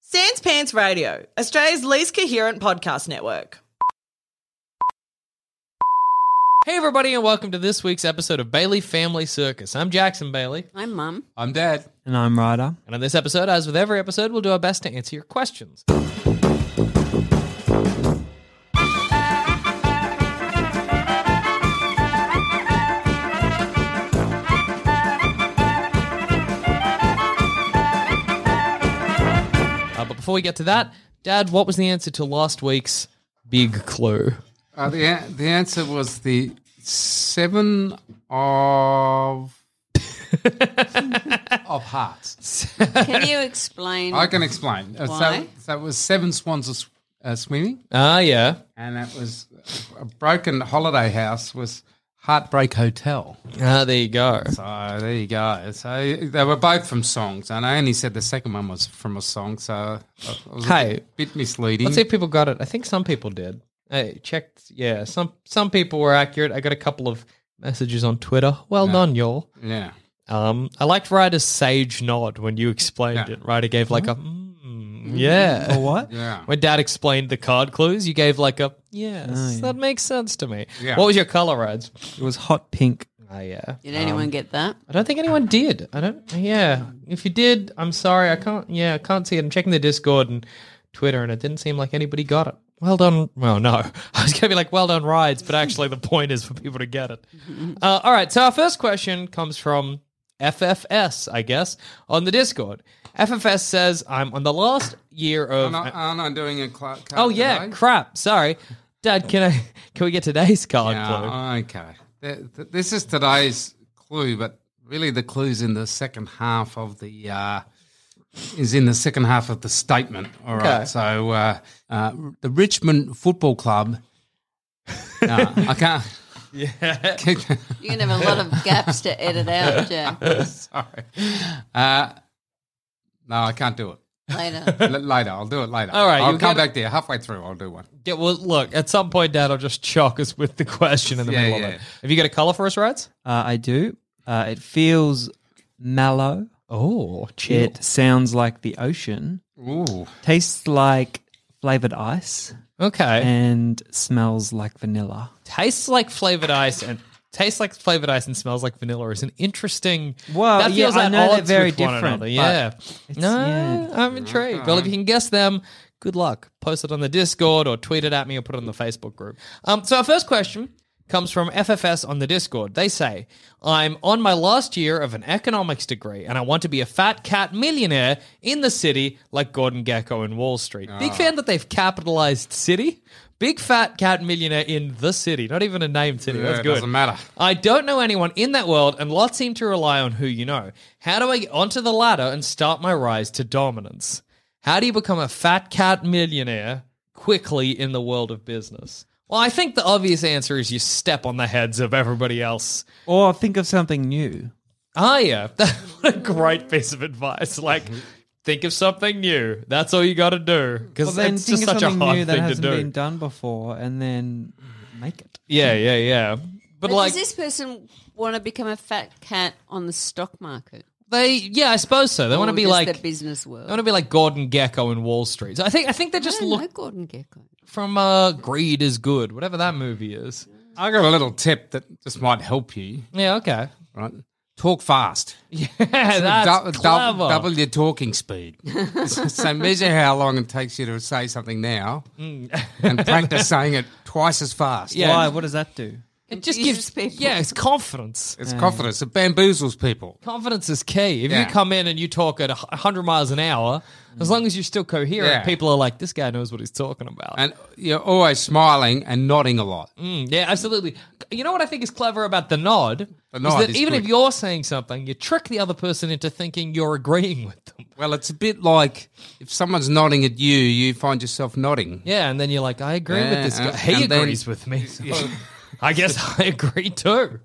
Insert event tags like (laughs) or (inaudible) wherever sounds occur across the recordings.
Sans Pants Radio, Australia's least coherent podcast network. Hey, everybody, and welcome to this week's episode of Bailey Family Circus. I'm Jackson Bailey, I'm mum. I'm Dad. And I'm Ryder. and on this episode, as with every episode, we'll do our best to answer your questions. Uh, Uh, but before we get to that, Dad, what was the answer to last week's big clue? Uh, the a- the answer was the seven (laughs) of of hearts. Can you explain? I can explain. Uh, Why? So, so it was seven swans of s- uh, swimming, Ah, yeah. and it was a broken holiday house was Heartbreak Hotel. Ah, there you go. So there you go. So they were both from songs, and I only said the second one was from a song. So I was Hey. a bit misleading. Let's see if people got it. I think some people did. I checked. Yeah, some some people were accurate. I got a couple of messages on Twitter. Well done, y'all. Yeah. Um, I liked Ryder's sage nod when you explained Yeah. Mm-hmm. it. Ryder gave like a mm, (laughs) yeah. What? Yeah. When Dad explained the card clues, you gave like a yes. That makes sense to me. Mm. Yeah. What was your color, Ryds? It was hot pink. Ah, yeah. Did anyone get that? I don't think anyone did. I don't. Yeah, if you did, I'm sorry. I can't. Yeah, I can't see it. I'm checking the Discord and Twitter, and it didn't seem like anybody got it. Well done. Well, no, (laughs) I was gonna be like, well done, rides, but actually, the point is for people to get it. Uh, all right. So our first question comes from FFS, I guess, on the Discord. FFS says, "I'm on the last year of." Aren't I, aren't I doing a cl- oh yeah, crap. Sorry, Dad. Can I? (laughs) Can we get today's card clue? Yeah, okay. Th- th- This is today's clue, but really the clue's in the second half of the uh, is in the second half of the statement. All right. Okay. So uh, uh, the Richmond Football Club. no, I can't. (laughs) (laughs) Yeah. You're gonna have a lot (laughs) of gaps to edit out, Jack. Sorry. Uh, no, I can't do it. Later. L- later, I'll do it later. All right, I'll you'll come get it. back there halfway through. I'll do one. Yeah, well, look, at some point, Dad will just shock us with the question in the Yeah, middle yeah. of it. Have you got a colour for us, Rats? Uh, I do. Uh, it feels mallow. Oh, chill. It sounds like the ocean. Ooh, Tastes like flavored ice Okay. and smells like vanilla. tastes like flavoured ice and tastes like flavoured ice and smells like vanilla is an interesting. Well, that feels yeah, I at know they're odds very with one different, another. but Yeah. it's- No, yeah. I'm intrigued. Well, if you can guess them, good luck. Post it on the Discord or tweet it at me or put it on the Facebook group. Um, so our first question comes from FFS on the Discord. They say, "I'm on my last year of an economics degree and I want to be a fat cat millionaire in the city like Gordon Gecko in Wall Street." Ah. Big fan that they've capitalized city. Big fat cat millionaire in the city. Not even a named city. That's it good. doesn't matter. I don't know anyone in that world, and lots seem to rely on who you know. How do I get onto the ladder and start my rise to dominance? How do you become a fat cat millionaire quickly in the world of business? Well, I think the obvious answer is you step on the heads of everybody else. Or think of something new. Ah, yeah. (laughs) what a great piece of advice. (laughs) Like, think of something new. That's all you got to do. Because it's just such a hard that thing to hasn't do. been done before and then make it. yeah, yeah, yeah. But, But like, does this person want to become a fat cat on the stock market? they, yeah, I suppose so. They want to Or be just like, the business world. I want to be like Gordon Gecko in Wall Street. So I think I think they I just don't look know Gordon Gecko. from uh, Greed is Good, whatever that movie is. I got a little tip that just might help you. Yeah, okay. (laughs) Right, talk fast. Yeah, that's Dou- dou- clever. double your (laughs) talking speed. so measure how long it takes you to say something now, and (laughs) practice saying it twice as fast. Mm. Yeah. Why? What does that do? it just gives Confuses people. Yeah, it's confidence. it's confidence. It bamboozles people. Confidence is key. If you Yeah. come in and you talk at 100 miles an hour, as long as you're still coherent, Yeah. people are like, this guy knows what he's talking about. And you're always smiling and nodding a lot. Mm, yeah, absolutely. You know what I think is clever about the nod? The nod that is even good. if you're saying something, you trick the other person into thinking you're agreeing with them. Well, it's a bit like if someone's nodding at you, you find yourself nodding. Yeah, and then you're like, I agree with Yeah, this guy. (laughs) uh, He and then- agrees with me. so (laughs) I guess I agree too.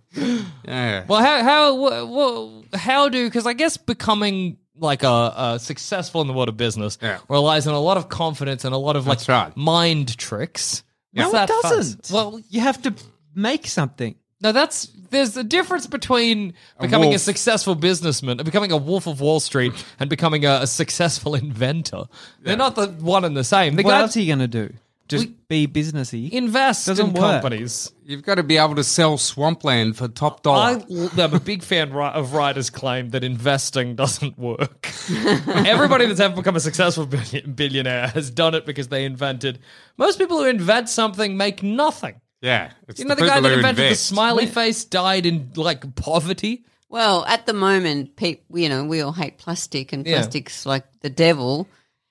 Yeah. Well, how how wh- wh- how do because I guess becoming like a, a successful in the world of business Yeah. relies on a lot of confidence and a lot of like That's right. mind tricks. What's no, it that fuss? doesn't. Well, you have to make something. No, that's there's a difference between becoming a, wolf. successful businessman, becoming a wolf of Wall Street, and becoming a, a successful (laughs) inventor. They're not the one and the same. The What guy else are you going to do? Just be businessy. invests Doesn't in work. companies. You've got to be able to sell swampland for top dollar. I, am a big fan ri- of writers' claim that investing doesn't work. (laughs) Everybody that's ever become a successful billion- billionaire has done it because they invented. Most people who invent something make nothing. yeah, it's You know, the, guy people that who invented invest. the smiley face died in like poverty. Well, at the moment, pe- you know, we all hate plastic and Yeah. plastic's like the devil.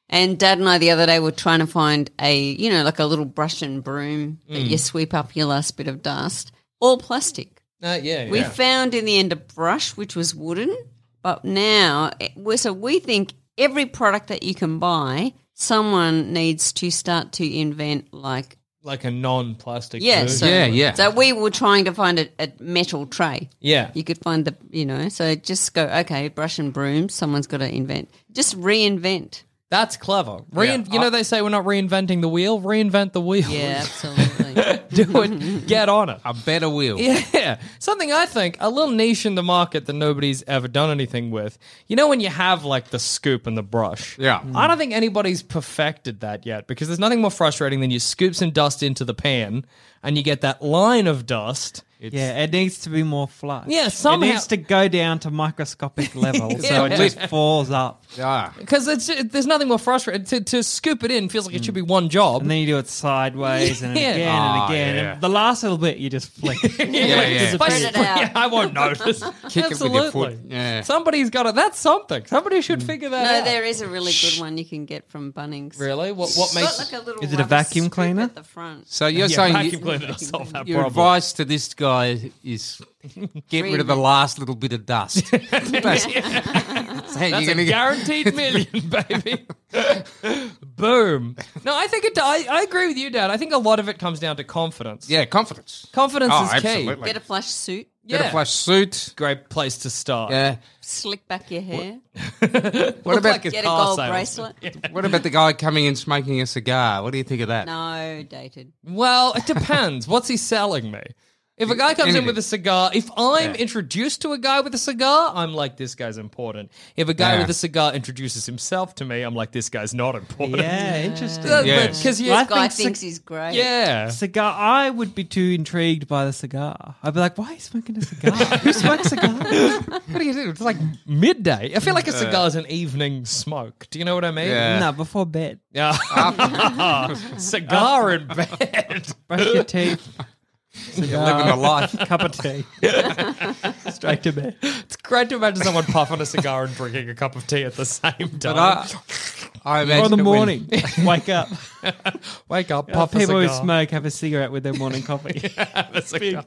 And Dad and I the other day were trying to find a, you know, like a little brush and broom that you sweep up your last bit of dust. All plastic. Uh, yeah, We found in the end a brush which was wooden, but now eh, we so we think every product that you can buy, someone needs to start to invent like like a non-plastic. yeah, version. so, Yeah, yeah. So we were trying to find a, a metal tray. yeah. You could find the, you know, so just go, okay, brush and broom, someone's got to invent. Just reinvent. That's clever. Rein- Yeah. You know, they say we're not reinventing the wheel. Reinvent the wheel. Yeah, (laughs) (laughs) absolutely. do it. Get on it. a better wheel. Yeah, something I think a little niche in the market that nobody's ever done anything with. You know when you have like the scoop and the brush. Yeah. Mm. I don't think anybody's perfected that yet because there's nothing more frustrating than you scoop some dust into the pan and you get that line of dust. yeah, it needs to be more flush. Yeah, somehow- it needs to go down to microscopic (laughs) level, so it Yeah. just falls up, Yeah. Because it's it, there's nothing more frustrating to, to scoop it in feels like it should be one job. and then you do it sideways and Yeah. again Ah, and again. yeah. And the last little bit, you just (laughs) (laughs) flick. Yeah, yeah. if I Spread spread it out. it, I won't notice. (laughs) Kick it with Absolutely. your foot. Yeah. Mm. Somebody's got to. That's something. Somebody should figure that no, out. there is a really good one you can get from Bunnings. Really? What what It's got makes like a little Is it a rubber vacuum scoop cleaner? At the front. So you're yeah, saying vacuum you- cleaner to solve that your problem? advice to this guy is get rid of the last little bit of (laughs) dust. That's, (laughs) that's how That's (laughs) you're a going to get. guaranteed million, baby. (laughs) Boom. No, I think it. I, I agree with you, Dad. I think a lot of it comes down to confidence. Yeah, confidence. confidence Oh, is key. absolutely. Get a flush suit, Yeah, Get a flush suit. great place to start. Yeah. slick back your hair, What Look about Oh, like get a Car gold salesman. bracelet. what about the guy coming in smoking a cigar? What do you think of that? No, dated. Well, it depends. What's he selling me? If a guy comes in Anything. with a cigar, if I'm Yeah. introduced to a guy with a cigar, I'm like, this guy's important. If a guy Yeah. with a cigar introduces himself to me, I'm like, this guy's not important. (laughs) yeah, interesting. Yeah. Because This yeah. I guy think so- thinks he's great. (laughs) yeah. Cigar. I would be too intrigued by the cigar. I'd be like, "Why are you smoking a cigar? Who (laughs) smokes cigars?" What do you do? It's like midday. I feel like a cigar's an evening smoke. Do you know what I mean? Yeah. no, before bed, Yeah. (laughs) cigar in bed. brush your teeth, You're living (laughs) a life. cup (laughs) of tea, straight to bed. (laughs) It's great to imagine someone puffing a cigar and drinking a cup of tea at the same But time. I, I imagine Or that in the when- morning, wake up. Wake up, Puff puff a people cigar. who smoke have a cigarette with their morning coffee. have a cigar.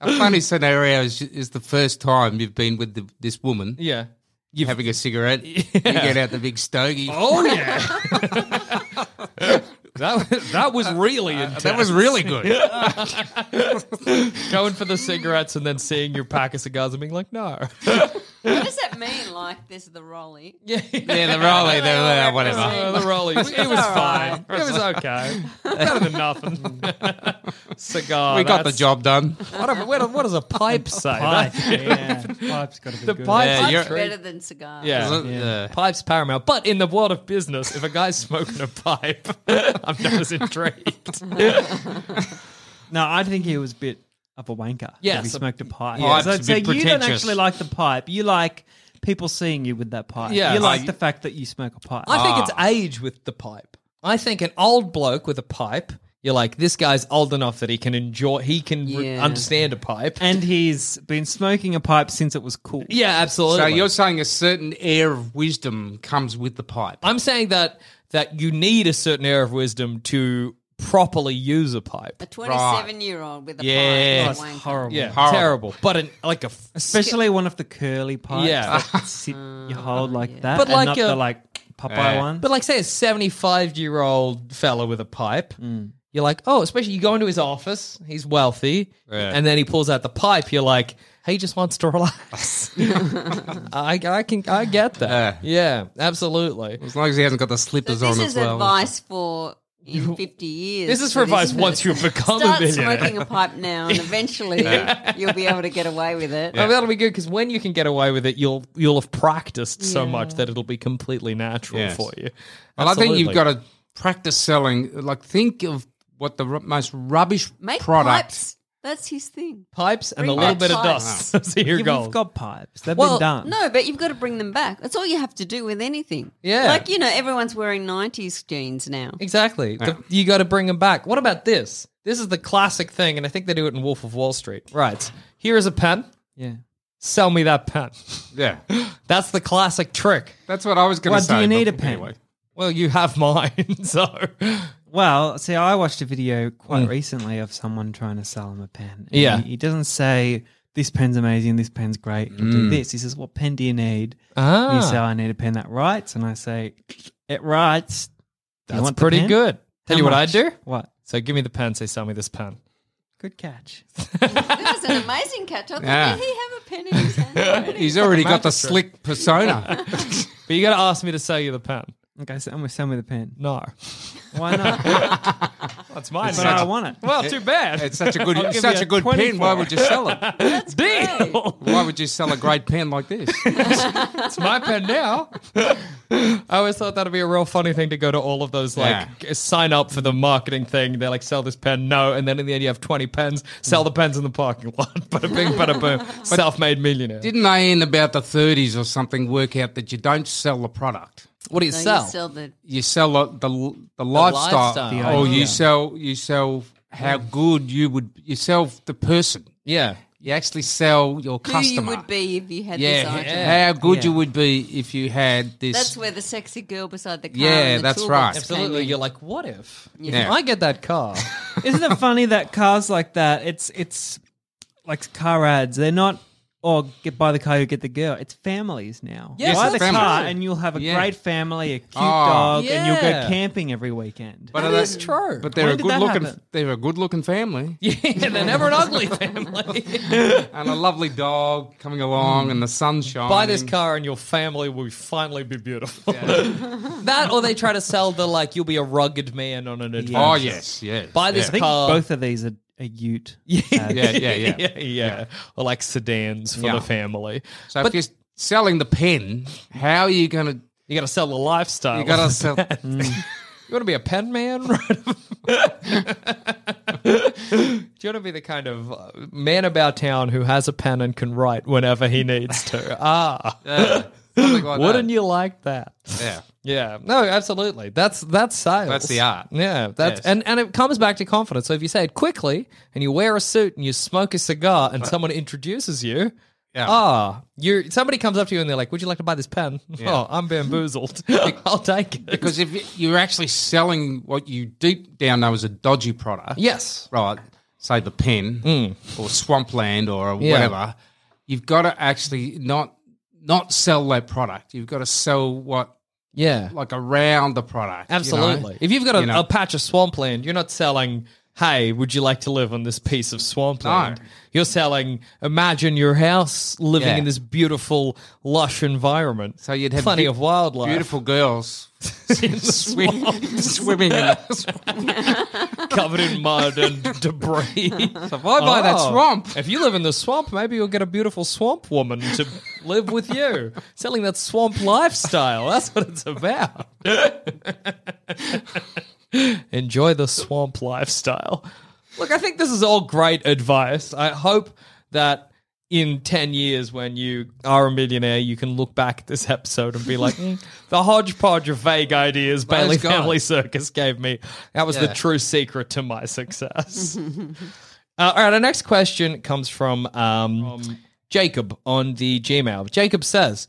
a funny scenario is, is the first time you've been with the, this woman. Yeah. You're having a (laughs) cigarette. You get out the big stogie. Oh yeah. (laughs) that was- Uh, that was really intense. that was really good. going for the cigarettes and then seeing your pack of cigars and being like, no. What does that mean? Like, there's the rolly. Yeah. Yeah, (laughs) the rolly, the, uh, whatever. Uh, the rollies. It was all fine. right. It was okay. Better than nothing. (laughs) Cigar. we got the that's- job done. What, a- what, a- what does a pipe say? (laughs) Pipe, That- yeah. (laughs) Pipe's got to be The good. pipe- Yeah, Much you're- better than cigar. yeah. Yeah. Pipe's paramount. But in the world of business, if a guy's (laughs) smoking a pipe, (laughs) I'm not as intrigued. (laughs) (laughs) No, I think he was a bit of a wanker. Yes. if he smoked a pipe. Pipe's so a I'd say bit you don't pretentious. actually like the pipe. You like people seeing you with that pipe. Yeah. you Oh, like you- the fact that you smoke a pipe. I think it's age with the pipe. I think an old bloke with a pipe, you're like, this guy's old enough that he can enjoy, he can re- Yeah. understand a pipe. Uh, and he's been smoking a pipe since it was cool. yeah, absolutely. So you're saying a certain air of wisdom comes with the pipe. I'm saying that that you need a certain air of wisdom to properly use a pipe. A 27 year old with a Oh, Yeah. pipe. It's is a wanker. horrible. Yeah, Horrible. terrible. But an, like a f- Especially one of the curly pipes Yeah. (laughs) that sit, you hold like that, Oh, But like but uh, like not a- the like Popeye Yeah. one. But like, say a seventy-five-year-old fella with a pipe. Mm. You're like, oh, especially you go into his office. He's wealthy, Yeah. and then he pulls out the pipe. You're like, he just wants to (laughs) relax. I, I can, I get that. Yeah, absolutely. As long as he hasn't got the So slippers this on is as well. advice for you in 50 years. This is for So advice is- once (laughs) you've become a Start millionaire. smoking a pipe now, (laughs) and eventually you'll be able to get away with it. Oh, that'll be good because when you can get away with it, you'll you'll have practiced so much that it'll be completely natural Yes. for you. Well, I think you've Absolutely. got to practice selling. Like, think of what the ru- most rubbish Make product. pipes. That's his thing. pipes and a Bring little back bit of pipes. dust. (laughs) That's your Yeah, goal. We've got pipes. They've Well, been done. No, but you've got to bring them back. That's all you have to do with anything. Yeah. Like, you know, everyone's wearing 90s jeans now. Exactly. The- you got to bring them back. What about this? This is the classic thing, and I think they do it in Wolf of Wall Street. Right. Here is a pen. Yeah. Sell me that pen. Yeah, (laughs) That's the classic trick. that's what I was going Why to do say. you need but a pen? anyway. Well, you have mine, (laughs) so Well, see, I watched a video quite recently of someone trying to sell him a pen. And Mm. Yeah. He, he doesn't say, this pen's amazing, this pen's great, it'll do this. He says, what pen do you need? And you say, Mm. ah, I need a pen that writes. And I say, it writes. Do you that's want the pretty pen? good. Tell How you what I much?" do. What? So give me the pen. Say, sell me this pen. Good catch. This is an amazing catch. I thought, Yeah. did he have a pen in his (laughs) hand already? He's already got the slick (laughs) persona. But you got to ask me to sell you the pen. Okay, so I'm going to sell me (laughs) the pen. No, Why not? that's mine. but man. I want it. Well, too bad. it's such a good, give such you a a good pen. 24. Why would you sell it? That's great. Deal. Why would you sell a great pen like (laughs) this? It's (laughs) my pen now. I always thought that'd be a real funny thing to go to all of those like g- sign up for the marketing thing. They're like, sell this pen, no, and then in the end you have twenty pens. Sell the pens in the parking lot. (laughs) Bada bing, bada (laughs) boom. Self-made millionaire. Didn't they in about the 30s or something work out that you don't sell the product? what do you No, you sell? sell the You sell the the, the lifestyle, lifestyle. or Yeah. you sell you sell how good you would you sell the person. Yeah, You actually sell your who customer. you would be if you had this Yeah, item. how good you Yeah. would be if you had this. That's where the sexy girl beside the car. Yeah, and the that's toolbox right. came absolutely. in. You're like, what if? Yeah. If I get that car. Isn't it funny that cars like that? It's it's like car ads. They're not. Or get buy the car, you get the girl. It's families Ah. now. Yes, buy the that's car, true. and you'll have a Yeah. great family, a cute Oh. dog, and you'll Yeah. go camping every weekend. (laughs) but That are they- is true. (laughs) But they're When a did good that looking. happen? They're a good looking family yeah, they're never an ugly (laughs) family. (laughs) and a lovely dog coming along and the sunshine. Buy this car and your family will finally be beautiful. (laughs) that or they try to sell the like you'll be a rugged man on an adventure. Oh yes, yes. Buy this I think car. both of these are a Ute. ads. Yeah, yeah, yeah. (laughs) yeah, yeah. Or like sedans for Yeah. the family. So but if you're selling the pen, how are you going to? you got to sell the lifestyle. (laughs) You got to sell. You want to be a pen man? (laughs) Right? Do you want to be the kind of uh, man about town who has a pen and can write whenever he needs (laughs) to? Ah, Yeah, something like wouldn't that. you like that? Yeah. Yeah, no, absolutely. That's that's sales. That's the art. Yeah, that's Yes. and and it comes back to confidence. So if you say it quickly and you wear a suit and you smoke a cigar and someone introduces you, Uh. Yeah. ah, you somebody comes up to you and they're like, "Would you like to buy this pen?" (laughs) Oh, I'm (laughs) bamboozled. (laughs) I'll take it. Because if you- you're actually selling what you deep down know is a dodgy product, yes, right? Say the pen or swampland or whatever, you've got to actually not not sell that product. You've got to sell what yeah, like around the product. you know? absolutely. If you've got a, You know. a patch of swampland, you're not selling. Hey, would you like to live on this piece of swampland? No. You're selling. Imagine your house living Yeah. in this beautiful, lush environment. So you'd have plenty be- of wildlife. beautiful girls swim, (laughs) swimming in the (laughs) swamp. covered in mud and debris. (laughs) So if I buy that swamp- Oh. if you live in the swamp, maybe you'll get a beautiful swamp woman to live with (laughs) you, selling that swamp lifestyle. That's what it's about. (laughs) Enjoy the swamp lifestyle. Look, I think this is all great advice. I hope that in 10 years, when you are a millionaire, you can look back at this episode and be like, "Mm, the hodgepodge of vague ideas Bailey gone. Family Circus gave me. That was the Yeah. true secret to my success. Uh, all right, our next question comes from um, Jacob on the Gmail. Jacob says,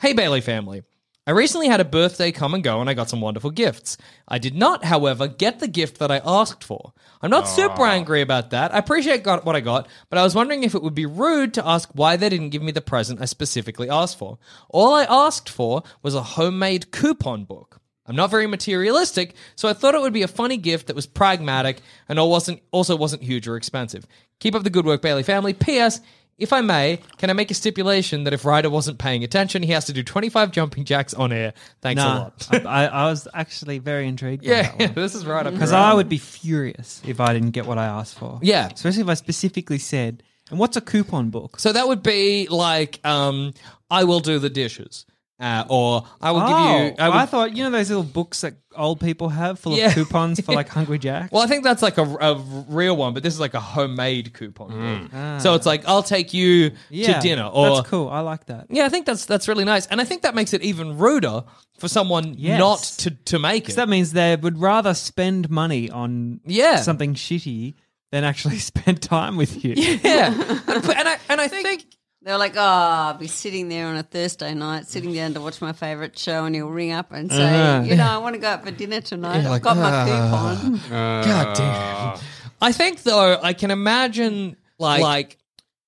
Hey, Bailey family. I recently had a birthday come and go, and I got some wonderful gifts. I did not, however, get the gift that I asked for. I'm not super angry about that. I appreciate got what I got, but I was wondering if it would be rude to ask why they didn't give me the present I specifically asked for. All I asked for was a homemade coupon book. I'm not very materialistic, so I thought it would be a funny gift that was pragmatic and al- wasn't also wasn't huge or expensive. Keep up the good work, Bailey family. P.S. If I may, can I make a stipulation that if Ryder wasn't paying attention, he has to do 25 jumping jacks on air? Thanks a Nah, lot. (laughs) I, I, I was actually very intrigued. by that (laughs) yeah, (laughs) one. this is right up Because your I alley. would be furious if I didn't get what I asked for. Yeah. Especially if I specifically said, and what's a coupon book? So that would be like, um, I will do the dishes, uh, or I will give you. Oh, I, would- thought, you know, those little books that old people have full Yeah. of coupons for like Hungry Jack? Well, I think that's like a, a real one, but this is like a homemade coupon. So it's like I'll take you to dinner, or Mm. That's cool. I like that. yeah, I think that's that's really nice, and I think that makes it even ruder for someone Yes. not to to make it. Because that means they would rather spend money on Yeah. something shitty than actually (laughs) spend time with you. yeah, (laughs) and, and I and I think They're like, oh, I'll be sitting there on a Thursday night, sitting down to watch my favourite show, and he'll ring up and say, you know, I want to go out for dinner tonight. I've Uh-huh. like, got my "Ah." coupon. God damn. I think though I can imagine like like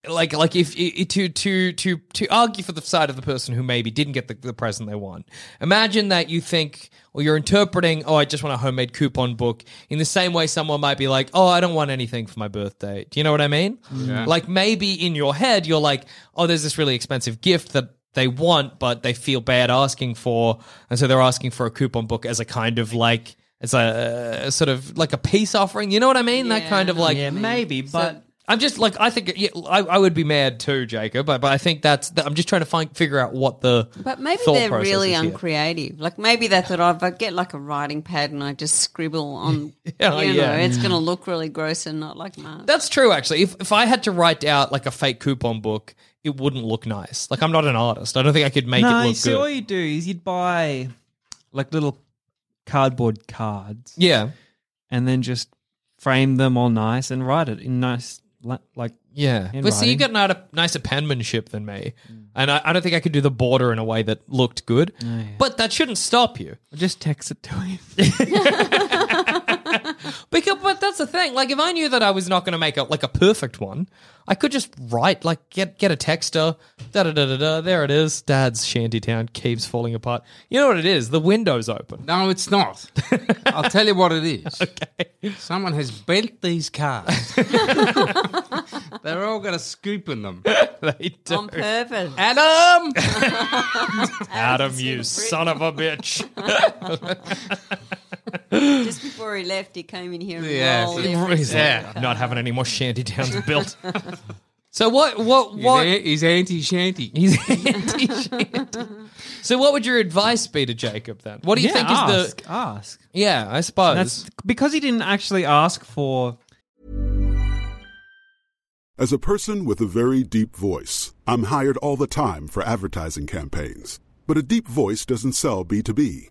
like like if i- i- to to to to argue for the side of the person who maybe didn't get the, the present they want. Imagine that you think or you're interpreting, oh, I just want a homemade coupon book. In the same way, someone might be like, oh, I don't want anything for my birthday. Do you know what I mean? Like maybe in your head, you're like, oh, there's this really expensive gift that they want, but they feel bad asking for, and so they're asking for a coupon book as a kind of like as a uh, sort of like a peace offering. You know what I mean? that Yeah, kind of I know like yeah, maybe, but I'm just like I think yeah, I, I would be mad too, Jacob. But, but I think that's that, I'm just trying to find figure out what the But maybe thought they're process really is here. uncreative. Like maybe they thought, oh, if I get like a writing pad and I just scribble (laughs) on, Yeah, you know, Oh, yeah. it's going to look really gross and not like (laughs) mine. That's true, actually. If if I had to write out like a fake coupon book, it wouldn't look nice. Like I'm not an artist. I don't think I could make no, it you look see, good. all you do is you'd buy like little cardboard cards yeah, and then just frame them all nice and write it in nice, la- like, yeah. In But see, you writing. Mm. got ni- nicer penmanship than me, and I, I don't think I could do the border in a way that looked good. Oh, But that shouldn't stop you. just text it (laughs) to him. Because, but that's the thing. Like, if I knew that I was not going to make a like a perfect one, I could just write like get get a texter. Da da da da da. There it is. Dad's shantytown keeps falling apart. You know what it is? The window's open. (laughs) No, it's not. I'll tell you what it is. Okay. Someone has bent these cars. They're all got a scoop in them. they do. on purpose. Adam, Adam, you son of a bitch! (laughs) Just before he left, he came in here and Yes, rolled it's every He's like, Yeah. "I'm not having any more shantytowns built. so what? What? He's, What? a- he's anti-shanty. (laughs) He's anti-shanty. so what would your advice be to Jacob then? What do you yeah, think is ask, the? Oh, ask. Yeah, I suppose. That's because he didn't actually ask for As a person with a very deep voice, I'm hired all the time for advertising campaigns. But a deep voice doesn't sell B2B,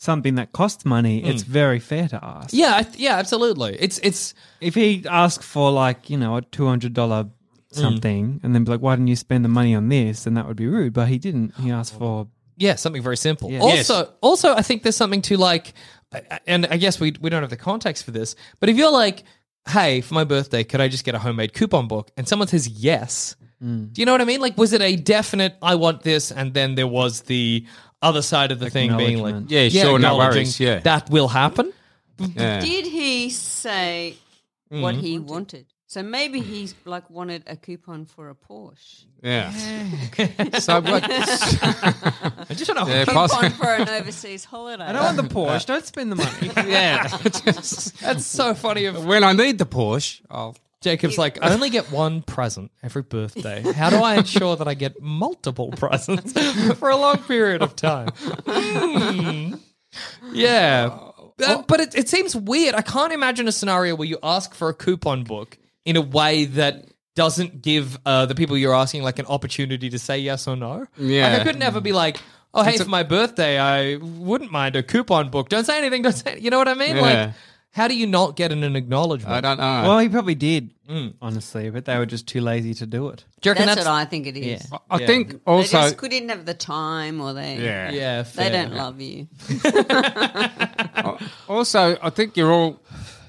something that costs money. It's Mm. very fair to ask. Yeah, I th- yeah, absolutely. It's it's If he asked for like, you know, a two hundred dollar something and then be like, Why didn't you spend the money on this? Then that would be rude. But he didn't. He asked for yeah, something very simple. Yeah. Also, also, I think there's something to like, and I guess we we don't have the context for this, but if you're like, hey, for my birthday, could I just get a homemade coupon book? And someone says Mm. yes, do you know what I mean? Like, was it a definite? I want this, and then there was the other side of the thing being like, Acknowledgement. Yeah, sure, no acknowledging worries, yeah. that will happen. Yeah. Did he say what Mm-hmm. he wanted? So maybe he's like wanted a coupon for a (laughs) Porsche, yeah. so what? I just don't know. Yeah, coupon possibly. for an overseas holiday. I don't want the Porsche. Don't spend the (laughs) money. (laughs) That's so funny. Of when I need the Porsche, I'll. Jacob's like, I only get one present every birthday. How do I ensure that I get multiple presents (laughs) for a long period of time? Hmm. Yeah. Uh, but it, it seems weird. I can't imagine a scenario where you ask for a coupon book in a way that doesn't give uh, the people you're asking like an opportunity to say yes or no. Yeah. Like, I could never be like, oh, hey, for my birthday, I wouldn't mind a coupon book. Don't say anything. Don't say, you know what I mean? Like, Yeah. how do you not get an, an acknowledgement? I don't know. well, he probably did, honestly, but they were just too lazy to do it. Do you reckon That's, what I think it is. Yeah. I think They also. just couldn't have the time, or they yeah. Yeah, they fair. don't love you. Also, I think you're all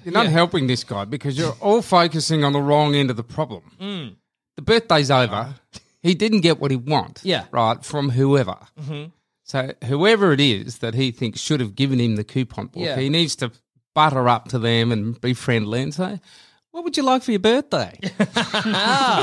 you're not helping this guy because you're all focusing on the wrong end of the problem. The birthday's over. He didn't get what he want. Yeah. right from whoever. So whoever it is that he thinks should have given him the coupon book, Yeah. he needs to butter up to them and be friendly and say, "What would you like for your birthday?"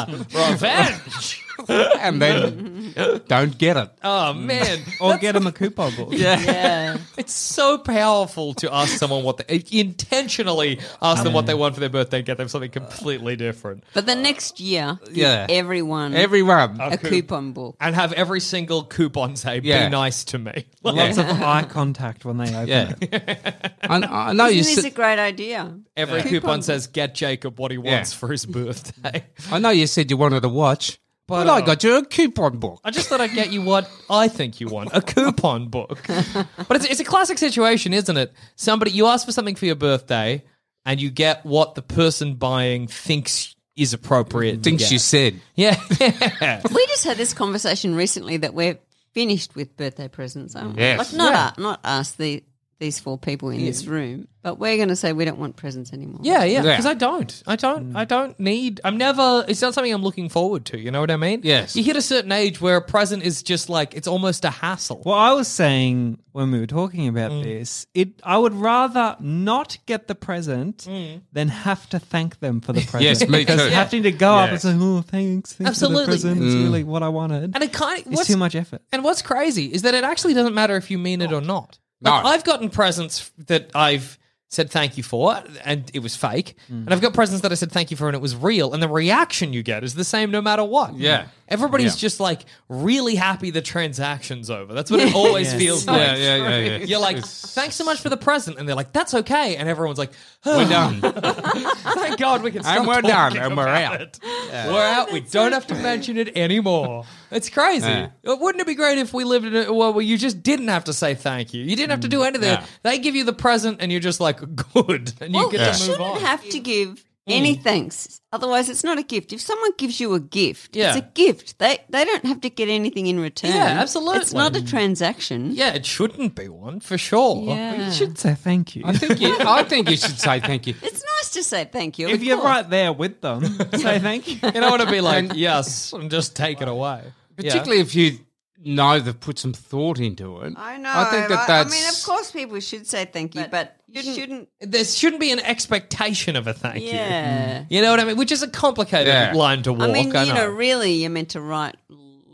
Revenge. and then don't get it. (laughs) (laughs) oh man, Or get him a coupon book. (laughs) yeah. Yeah, it's so powerful to ask someone what they intentionally ask them what they want for their birthday and get them something completely different, but the next year, Yeah. everyone Everyone. Oh. a coupon book. and have every single coupon say Yeah. "Be nice to (laughs) me." Lots of eye contact when they open Yeah. it. I, I know you. Isn't this sit- a great idea? Every coupon says "Get Jacob what he wants for his birthday." (laughs) I know you said you wanted a watch, but, I got uh, you a coupon book. I just thought I'd get you what I think you want a coupon (laughs) book. But it's, it's a classic situation, isn't it? Somebody, you ask for something for your birthday and you get what the person buying thinks is appropriate. Things to you get. said. Yeah. (laughs) yeah. We just had this conversation recently that we're finished with birthday presents, aren't we? Yes. Like not uh, not us the these four people in this room, but we're going to say we don't want presents anymore. Yeah, yeah, Yeah. because I don't, I don't, I don't need. I'm never. It's not something I'm looking forward to. You know what I mean? Yes. You hit a certain age where a present is just like it's almost a hassle. Well, I was saying when we were talking about this, it I would rather not get the present than have to thank them for the (laughs) present. Yes, me because too. having to go up and say, "Oh, thanks, thanks Absolutely. for the present," it's really what I wanted. And it kind of it's too much effort. And what's crazy is that it actually doesn't matter if you mean it or not. No. Like, I've gotten presents that I've said thank you for and it was fake. Mm. And I've got presents that I said thank you for and it was real. And the reaction you get is the same no matter what. Yeah. Everybody's Yeah. just like really happy the transaction's over. That's what it always feels like. Yeah, yeah, yeah, yeah. (laughs) You're like, thanks so much for the present. And they're like, that's okay. And everyone's like, (laughs) we're done. Thank God we can stop And we're talking done, and we're about out. it. We're Oh, out. We don't have to mention it anymore. It's crazy. Yeah. Wouldn't it be great if we lived in a world where you just didn't have to say thank you? You didn't have to do anything. Yeah. They give you the present, and you're just like, good. And you Well, get you to move shouldn't on. have to give any thanks. Otherwise, it's not a gift. If someone gives you a gift, Yeah. it's a gift. They they don't have to get anything in return. Yeah, absolutely. It's not a transaction. yeah, it shouldn't be one for sure. Yeah. You should say thank you. I think you, I think you should say thank you. (laughs) It's nice to say thank you. (laughs) if of you're course. right there with them, say thank you. You know what I'd be like? yes, and just take it away. Yeah. Particularly if you know they've put some thought into it. I know. I think that I, that's. I mean, of course, people should say thank you, but, you shouldn't. There shouldn't be an expectation of a thank you. yeah. You know what I mean? Which is a complicated Yeah. line to walk. I mean, you know. know. really, you're meant to write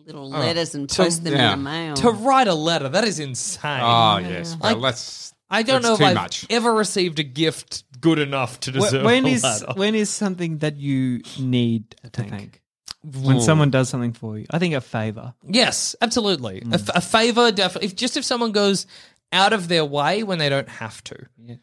little letters and post them yeah. in the mail. to write a letter, that is insane. Oh yes. Well, I- that's. Mm. I don't that's know if too I've much. ever received a gift good enough to Wh- deserve when a is letter. when is something that you need to thank? When someone does something for you, I think a favor. Yes, absolutely. A f- A, favor, definitely. If, just if someone goes out of their way when they don't have to.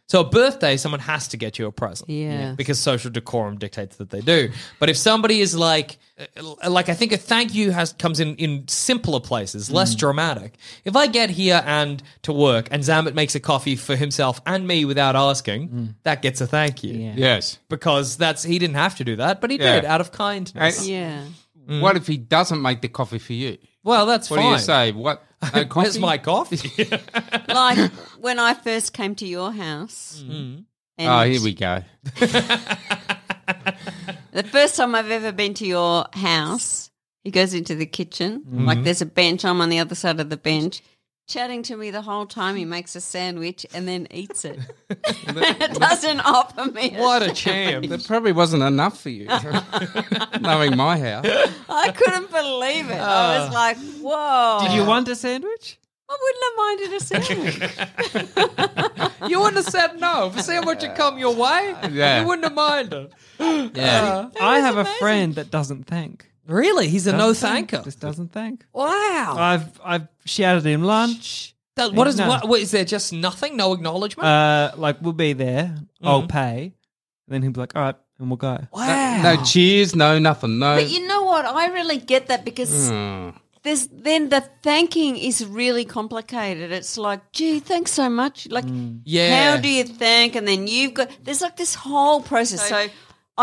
So a birthday, someone has to get you a present. Yeah. Because social decorum dictates that they do. But if somebody is like, uh, like I think a thank you has comes in in simpler places, less Mm. dramatic. If I get here and to work, and Zamet makes a coffee for himself and me without asking, Mm. that gets a thank you. Yes. Because that's he didn't have to do that, but he Yeah. did out of kindness. And- yeah. What if he doesn't make the coffee for you? well, that's What fine. do you say? What? No coffee? (laughs) Where's my coffee? (laughs) like when I first came to your house. And Oh, here we go. The first time I've ever been to your house, he goes into the kitchen. Like there's a bench. I'm on the other side of the bench. chatting to me the whole time. He makes a sandwich and then eats it. (laughs) Doesn't offer me. a What a champ. That probably wasn't enough for you, knowing my house. I couldn't believe it. I was like, whoa. Did you want a sandwich? I wouldn't have minded a sandwich. You wouldn't have said no. If a sandwich had come your way, Yeah. you wouldn't have minded. Yeah, I have a friend that doesn't thank. Really? He's a no Doesn't thank, thanker. Just doesn't thank. Wow. I've I've shouted him lunch. That- what is No. what, what is there just nothing? No acknowledgement? Uh, like we'll be there. I'll pay. And then he'll be like, "All right," and we'll go. wow. Uh, no cheers, no nothing, no. But you know what? I really get that because Hmm. there's then the thanking is really complicated. It's like, gee, thanks so much. Like, Hmm. Yeah. how do you thank? And then you've got there's like this whole process. So.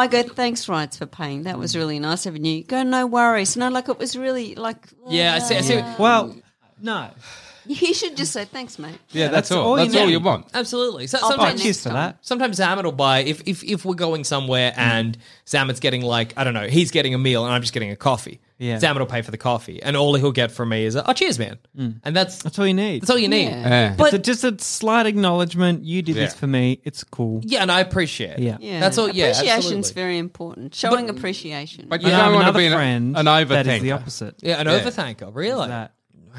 I go, thanks, Rights, for paying. That was really nice of you. You Go, no worries. No, like it was really like. yeah, I see, I see. Well, no, (laughs) You should just say thanks, mate. yeah, that's, that's all. all you Oh, that's all need. you want. Absolutely. So, I'll buy sometimes, next cheers for that. sometimes Zamet will buy if, if if we're going somewhere Mm. and Zamet's getting like I don't know, he's getting a meal and I'm just getting a coffee. Yeah. Zamet will pay for the coffee, and all he'll get from me is a, oh cheers, man, Mm. and that's That's all you need. that's all you need. Yeah, Yeah. So just a slight acknowledgement. You did this Yeah. for me. It's cool. and I appreciate. it. Yeah. Yeah, that's all. Yeah, appreciation's absolutely. very important. Showing appreciation. But I you have don't want to another be an, friend an that is the overthinker. opposite. yeah, an Yeah. overthanker, really. That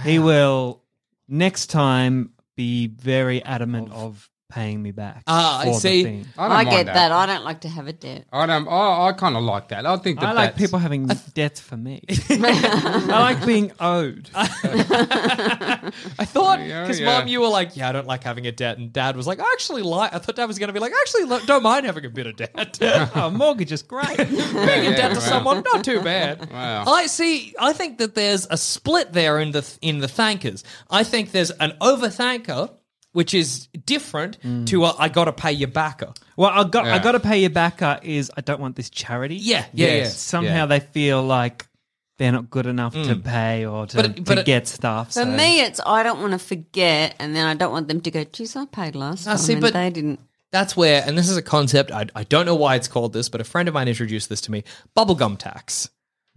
he will next time be very adamant of, paying me back. Ah, I for the see. thing. I, don't I mind get that. that. I don't like to have a debt. I don't. I, I kind of like that. I think that I like that's- people having debts (laughs) for me. I like being owed. I thought Yeah, because yeah. mom, you were like, yeah, I don't like having a debt, and dad was like, I actually like. I thought dad was going to be like, I actually lo- don't mind having a bit of (laughs) debt. oh, mortgage is great. being in Yeah, debt to wow. someone, not too bad. (laughs) Wow. I see. I think that there's a split there in the in the thankers. I think there's an overthanker, which is different to a, I got to pay you er. backer. well, I got I Yeah. got to pay you back. Uh, is I don't want this charity. Yeah, yeah, Yes. yeah. Somehow they feel like they're not good enough to Mm. pay or to, But it- but to it- get stuff. For so- me, it's I don't want to forget, and then I don't want them to go. Geez, I paid last Ah, time, see, and but- they didn't. That's where, and this is a concept, I, I don't know why it's called this, but a friend of mine introduced this to me bubblegum tax.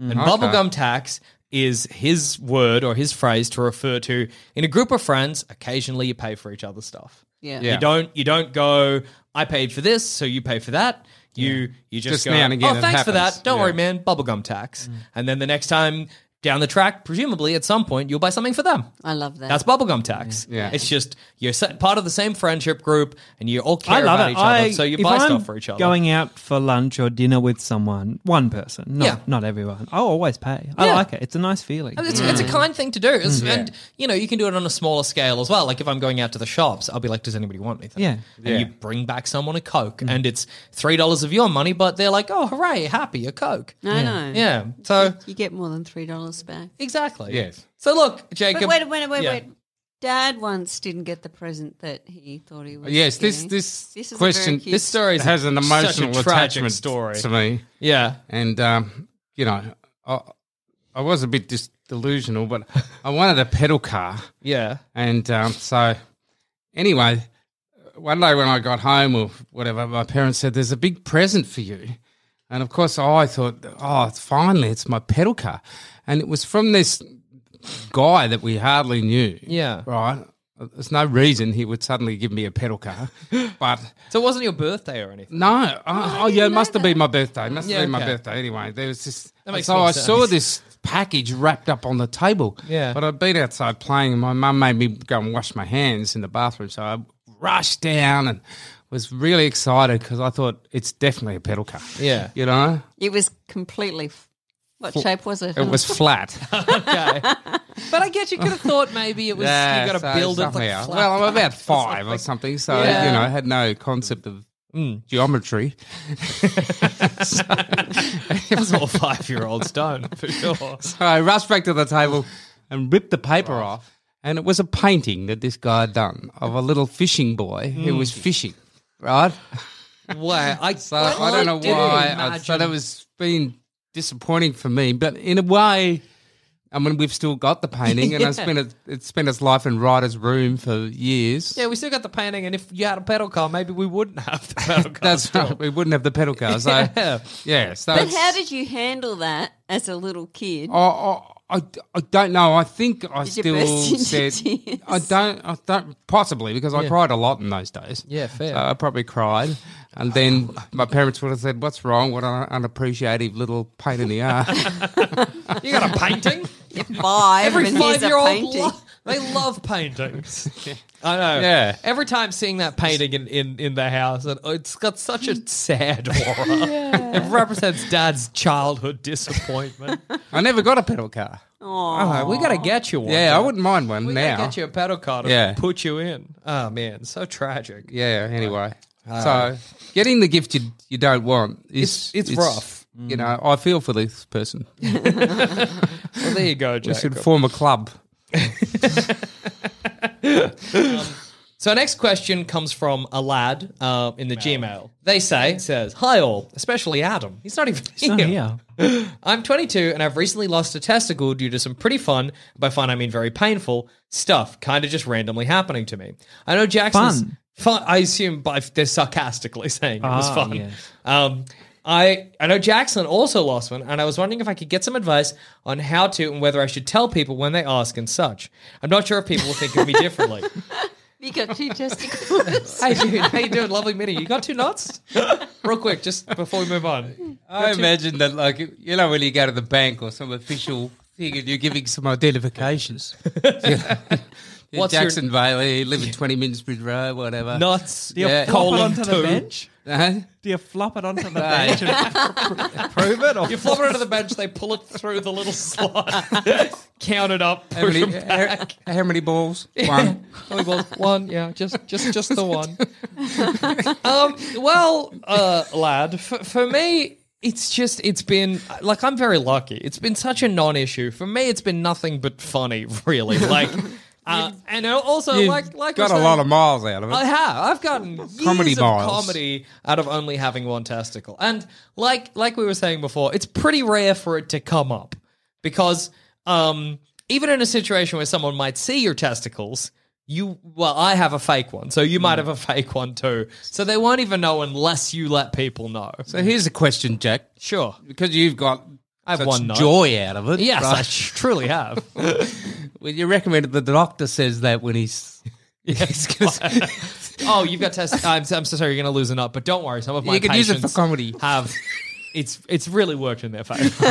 Mm, And bubblegum tax is his word or his phrase to refer to in a group of friends, occasionally you pay for each other's stuff. Yeah. Yeah. You don't you don't go, I paid for this, so you pay for that. You you just, Just go, now and again oh, it thanks for that. happens. Don't worry, Yeah. man. Mm. Bubblegum tax. And then the next time down the track, presumably at some point, you'll buy something for them. I love that. That's bubblegum tax. Yeah. Yeah. It's just you're se- part of the same friendship group and you all care I love about it. each I, other. So you if buy I'm stuff for each other. Going out for lunch or dinner with someone, one person, not, Yeah. not everyone. I'll always pay. I Yeah. like it. It's a nice feeling. Mm. And it's, it's a kind thing to do. It's- And, you know, you can do it on a smaller scale as well. Like if I'm going out to the shops, I'll be like, does anybody want anything? Yeah. Mm-hmm. And you bring back someone a Coke and it's $3 of your money, but they're like, oh, hooray, happy, a Coke. no, no. Yeah. So, You get more than three dollars back. exactly. Yes. So look, But Jacob. wait, wait, wait, Yeah. wait. Dad once didn't get the present that he thought he was. Yes, this getting. this, This is a very question cute- This story is has an such a emotional tragic attachment story. to me, Yeah. and um, you know, I, I was a bit dis- delusional, but I wanted a pedal car, Yeah. and um, so anyway, one day when I got home or whatever, my parents said, "There's a big present for you," and of course, I thought, "Oh, finally, it's my pedal car," and it was from this guy that we hardly knew. Yeah. right. There's no reason he would suddenly give me a pedal car, but. So it wasn't your birthday or (laughs) anything. No, oh, oh yeah, it must have been my birthday. It must Yeah, have been my okay. birthday. Anyway, there was this. That makes so more I sense. saw this package wrapped up on the table. Yeah. But I'd been outside playing, and my mum made me go and wash my hands in the bathroom. So I rushed down and was really excited because I thought it's definitely a pedal car. Yeah. You know, It was completely. f- What shape was it? it (laughs) was flat. Okay. but I guess you could have thought maybe it was Yeah, you got to so build it like somehow- flat. Well, I'm (laughs) about five or something, so Yeah. Mm. you know, I had no concept of geometry. That's all five year olds don't for sure. So I rushed back to the table and ripped the paper off. And it was a painting that this guy had done of a little fishing boy who was Hmm. fishing, right? Why? I, So I don't know why. I, so that was been disappointing for me. But in a way, I mean, we've still got the painting (laughs) and Yeah. it's been, it, it's spent its life in writer's room for years. Yeah, we still got the painting, and if you had a pedal car, maybe we wouldn't have the (laughs) pedal car. That's still. right. We wouldn't have the pedal car. (laughs) So, Yeah. yeah. so But it's- Oh, how did you handle that as a little kid? I, I, I, I don't know. I think I Did you still (laughs) burst into said tears? I don't I don't possibly because I cried a lot in those days. Yeah, fair. So I probably cried, and then my parents would have said, "What's wrong? What an unappreciative little pain in the ass." You got a (laughs) painting? Five Every and here's a five year old, painting. (laughs) they love (laughs) paintings. I know. Yeah. Every time seeing that painting in, in, in the house, and it's got such a sad (laughs) aura. It represents dad's childhood (laughs) disappointment. I never got a pedal car. Oh, we got to get you one. Yeah, I Dad. wouldn't mind one We now. gotta get you a pedal card and Yeah. put you in. Oh man, so tragic. Yeah. Anyway, so getting the gift you you don't want is It's- it's rough. Mm. You know, I feel for this person. Well, there you go, We should Jacob. form a club. so our next question comes from a lad uh, in the Gmail. They say says, "Hi all, especially Adam. He's not even It's not here. (laughs) I'm 22 and I've recently lost a testicle due to some pretty fun, by fun I mean very painful, stuff kind of just randomly happening to me. I know Jackson's Fun. fun I assume by they're sarcastically (laughs) saying it was Ah, fun. yes. Um, I I know Jackson also lost one, and I was wondering if I could get some advice on how to and whether I should tell people when they ask and such. I'm not sure if people will think of me (laughs) differently. (laughs) You got two (laughs) testicles. hey dude, how you doing? Lovely meeting you. You got two knots? Real quick, just before we move on. I imagine that, like, you know, when you go to the bank or some official thing and you're giving (laughs) some identifications. (laughs) What's your- Jackson Bailey, you live in 20 Minsbridge Road, whatever. Uh-huh. Knots. Do you Yeah. flop it Colon onto the two. bench? Huh? Do you flop it onto (laughs) the Right. bench and pr- pr- prove it? Or You flop it under the bench, they pull it through the little slot, count it up, How push many, uh, it back. how, how many (laughs) balls? One. Only balls. One, yeah, just just just the one. (laughs) um, well, uh, lad, for, for me, it's just it's been like I'm very lucky. It's been such a non-issue for me. It's been nothing but funny, really. Like, uh, and also You've like like I got a said- lot of miles out of it. I have. I've gotten years Comedy of miles. comedy out of only having one testicle, and like like we were saying before, it's pretty rare for it to come up because um, even in a situation where someone might see your testicles, you well, I have a fake one, so you might Mm. have a fake one too. So they won't even know unless you let people know. so here's a question, Jack. sure, Because you've got I have such one nut. joy out of it. yes, I right? truly have. Well, you recommend that the doctor says that when he's. (laughs) he's gonna- (laughs) oh, you've got test. I'm, I'm so sorry, you're going to lose a nut, but don't worry. Some of my You could use it for patients comedy. Have it's it's really worked in their (laughs) favor.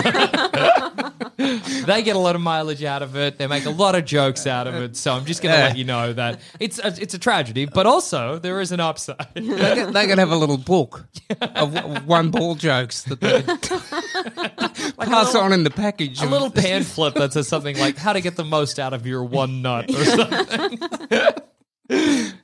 (laughs) they get a lot of mileage out of it. They make a lot of jokes out of it. So I'm just going to Yeah. let you know that it's a, it's a tragedy, but also there is an upside. they could, they could have a little book of w- one ball jokes (laughs) that they (laughs) could pass on in the package. A of- little pamphlet that says something like "How to get the most out of your one nut" or something.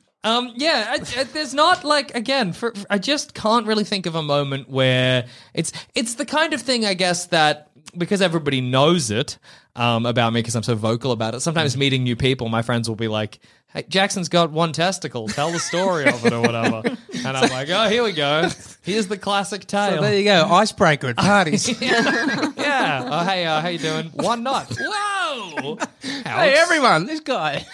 (laughs) um, yeah, I, I, there's not like again. For, for- I just can't really think of a moment where it's it's the kind of thing I guess that because everybody knows it um, about me because I'm so vocal about it. Sometimes meeting new people, my friends will be like. Hey, Jackson's got one testicle. Tell the story of it or whatever. And I'm like, oh, here we go. Here's the classic tale So there you go, (laughs) icebreaker at parties. yeah. Oh, hey, uh, how you doing? One nut. Whoa. hey, everyone, this (laughs) guy.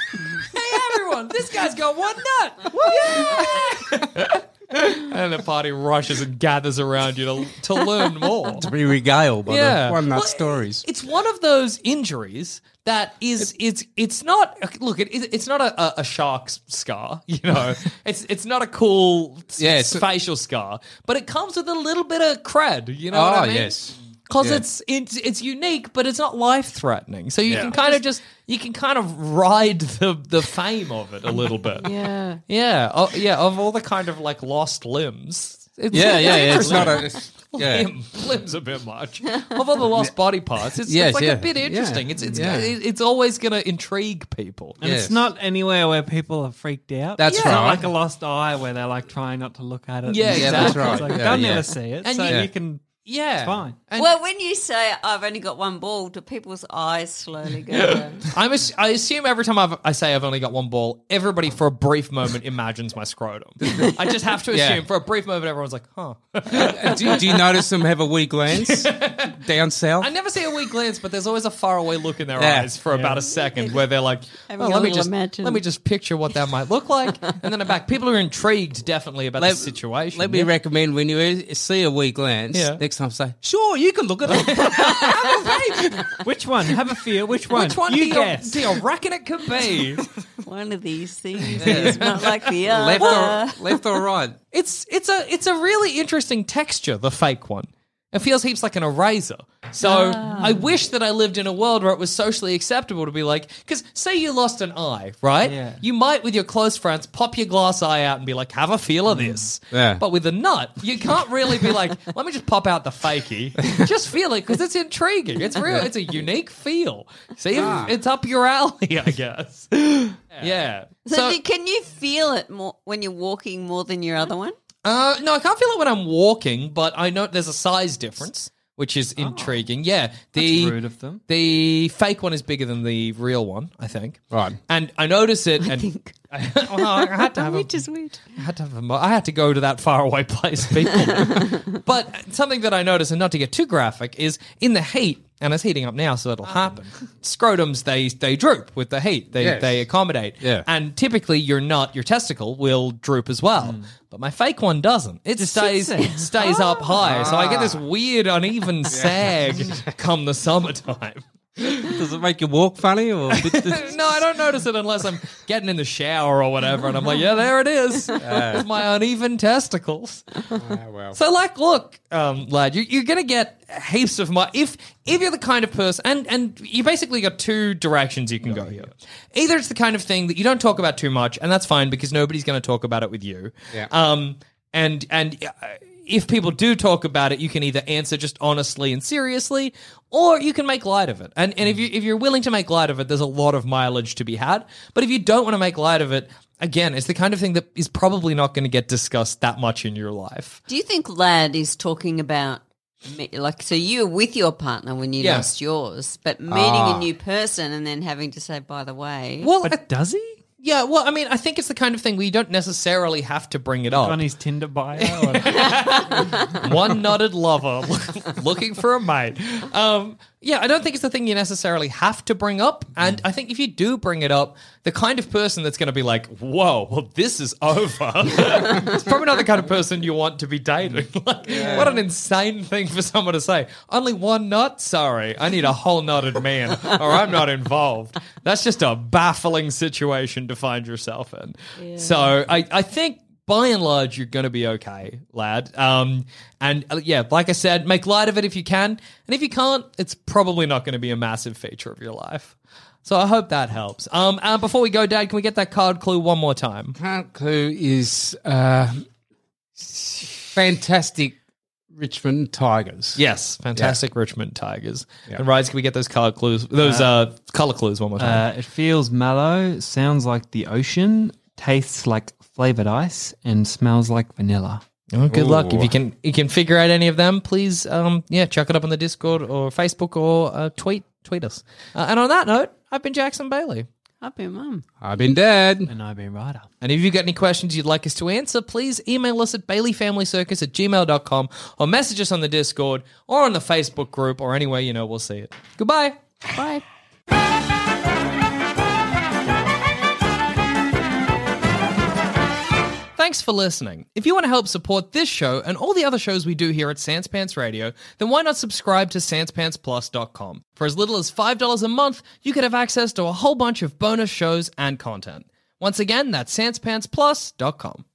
Hey, everyone. This guy's got one nut. Woo! and the party rushes and gathers around you to, to learn more. We regale by the one nut Well, stories. It's one of those injuries that is it's it's not look it, it's not a, a- a shark's scar (laughs) you (laughs) know it's it's not a cool s- Yeah, it's- facial scar but it comes with a little bit of cred you know what Ah, I mean? yes. because Yeah. it's, it's it's unique but it's not life threatening so you can kind of just you can kind of ride the the fame of it a little bit yeah. yeah oh, yeah of all the kind of like lost limbs it's Yeah, yeah, yeah. It's not (laughs) a. it's- yeah. Limb, limbs a bit much. Of all the lost body parts, it's, Yes, it's like yeah. a bit interesting. Yeah. It's it's Yeah. it- it's always going to intrigue people. and Yes. it's not anywhere where people are freaked out. That's It's not right. like a lost eye where they're like trying not to look at it. Yeah, And yeah, stuff. that's right. It's like, Yeah, they'll yeah. never see it, And so you- you can. Yeah, It's fine. And well, when you say I've only got one ball, do people's eyes slowly go? down? I'm ass- I assume every time I've, I say I've only got one ball, everybody for a brief moment imagines my scrotum. I just have to assume Yeah. for a brief moment, everyone's like, "Huh." Do, do you notice them have a (laughs) weak glance down south? I never see a weak glance, but there's always a faraway look in their Yeah. eyes for about a second where they're like, Having "Oh, let a me little just imagine." let me just picture what that might look like," and then I'm back. People are intrigued, definitely, about the situation. Let me recommend when you see a weak glance, Yeah. next and I'm saying, sure, you can look at (laughs) it. (laughs) Which one? Have a feel. Which one? Which one you do you, guess. do you reckon it could be? One of these things is not like the Uh, other. left, or, left or right. it's it's a it's a really interesting texture, the fake one. It feels heaps like an eraser. So I wish that I lived in a world where it was socially acceptable to be like, because say you lost an eye, right? Yeah. You might, with your close friends, pop your glass eye out and be like, have a feel of this. Yeah. But with a nut, you can't really be like, (laughs) let me just pop out the fakie. just feel it because it's intriguing. It's real. It's a unique feel. See, it's up your alley, I guess. Yeah. so, do- can you feel it more when you're walking more than your other one? Uh, no, I can't feel it when I'm walking, but I know there's a size difference, which is intriguing. Yeah, the rude of them. The fake one is bigger than the real one, I think. Right. And I notice it, and think. (laughs) Well, I had to have a, Which is weird. I had to have a mo- I had to go to that faraway place, people. but something that I noticed, and not to get too graphic, is in the heat, and it's heating up now, so it'll happen. Scrotums they they droop with the heat. They Yes. they accommodate. Yeah. And typically, your nut, your testicle will droop as well. But my fake one doesn't. It stays stays up high, so I get this weird uneven sag come the summertime. Does it make you walk funny or a (laughs) bit No, I don't notice it unless I'm getting in the shower or whatever, and I'm like, yeah, there it is. It's my uneven testicles. Oh, well. So, like, look, um, lad, you, you're gonna get heaps of money if if you're the kind of person, and and you basically got two directions you can go here. Either it's the kind of thing that you don't talk about too much, and that's fine because nobody's gonna talk about it with you. Yeah. Um, and and. Uh, if people do talk about it, you can either answer just honestly and seriously, or you can make light of it. And and if you if you're willing to make light of it, there's a lot of mileage to be had. But if you don't want to make light of it, again, it's the kind of thing that is probably not going to get discussed that much in your life. Do you think lad is talking about me- like so you were with your partner when you Yeah. lost yours, but meeting a new person and then having to say, by the way, Well, I- But does (laughs) he? yeah, well, I mean, I think it's the kind of thing where you don't necessarily have to bring it up. On his Tinder bio? (laughs) Or- One nutted lover (laughs) looking for a mate. Um, yeah, I don't think it's the thing you necessarily have to bring up. And I think if you do bring it up, the kind of person that's going to be like, whoa, well, this is over. it's probably not the kind of person you want to be dating. (laughs) like, What an insane thing for someone to say. Only one nut? Sorry. I need a whole nutted man or I'm not involved. That's just a baffling situation to find yourself in. So I, I think by and large, you're going to be okay, lad. Um, and uh, yeah, like I said, make light of it if you can. And if you can't, it's probably not going to be a massive feature of your life. So I hope that helps. Um, uh, before we go, Dad, can we get that card clue one more time? Can't Clue is uh, fantastic Richmond Tigers. Yes, fantastic Richmond Tigers. Yeah. And Rise, can we get those card clues, those uh, color clues one more time? Uh, it feels mellow, sounds like the ocean, tastes like flavored ice, and smells like vanilla. Oh, good luck. If Ooh. you can, you can figure out any of them. Please, um, yeah, chuck it up on the Discord or Facebook or uh, tweet tweet us. Uh, and on that note, I've been Jackson Bailey. I've been mum. I've been dead. And I've been Ryder. And if you've got any questions you'd like us to answer, please email us at baileyfamilycircus at gmail.com or message us on the Discord or on the Facebook group or anywhere you know we'll see it. Goodbye. Bye. Thanks for listening. If you want to help support this show and all the other shows we do here at Sans Pants Radio, then why not subscribe to SansPantsPlus.com? For as little as $5 a month, you could have access to a whole bunch of bonus shows and content. Once again, that's SansPantsPlus.com.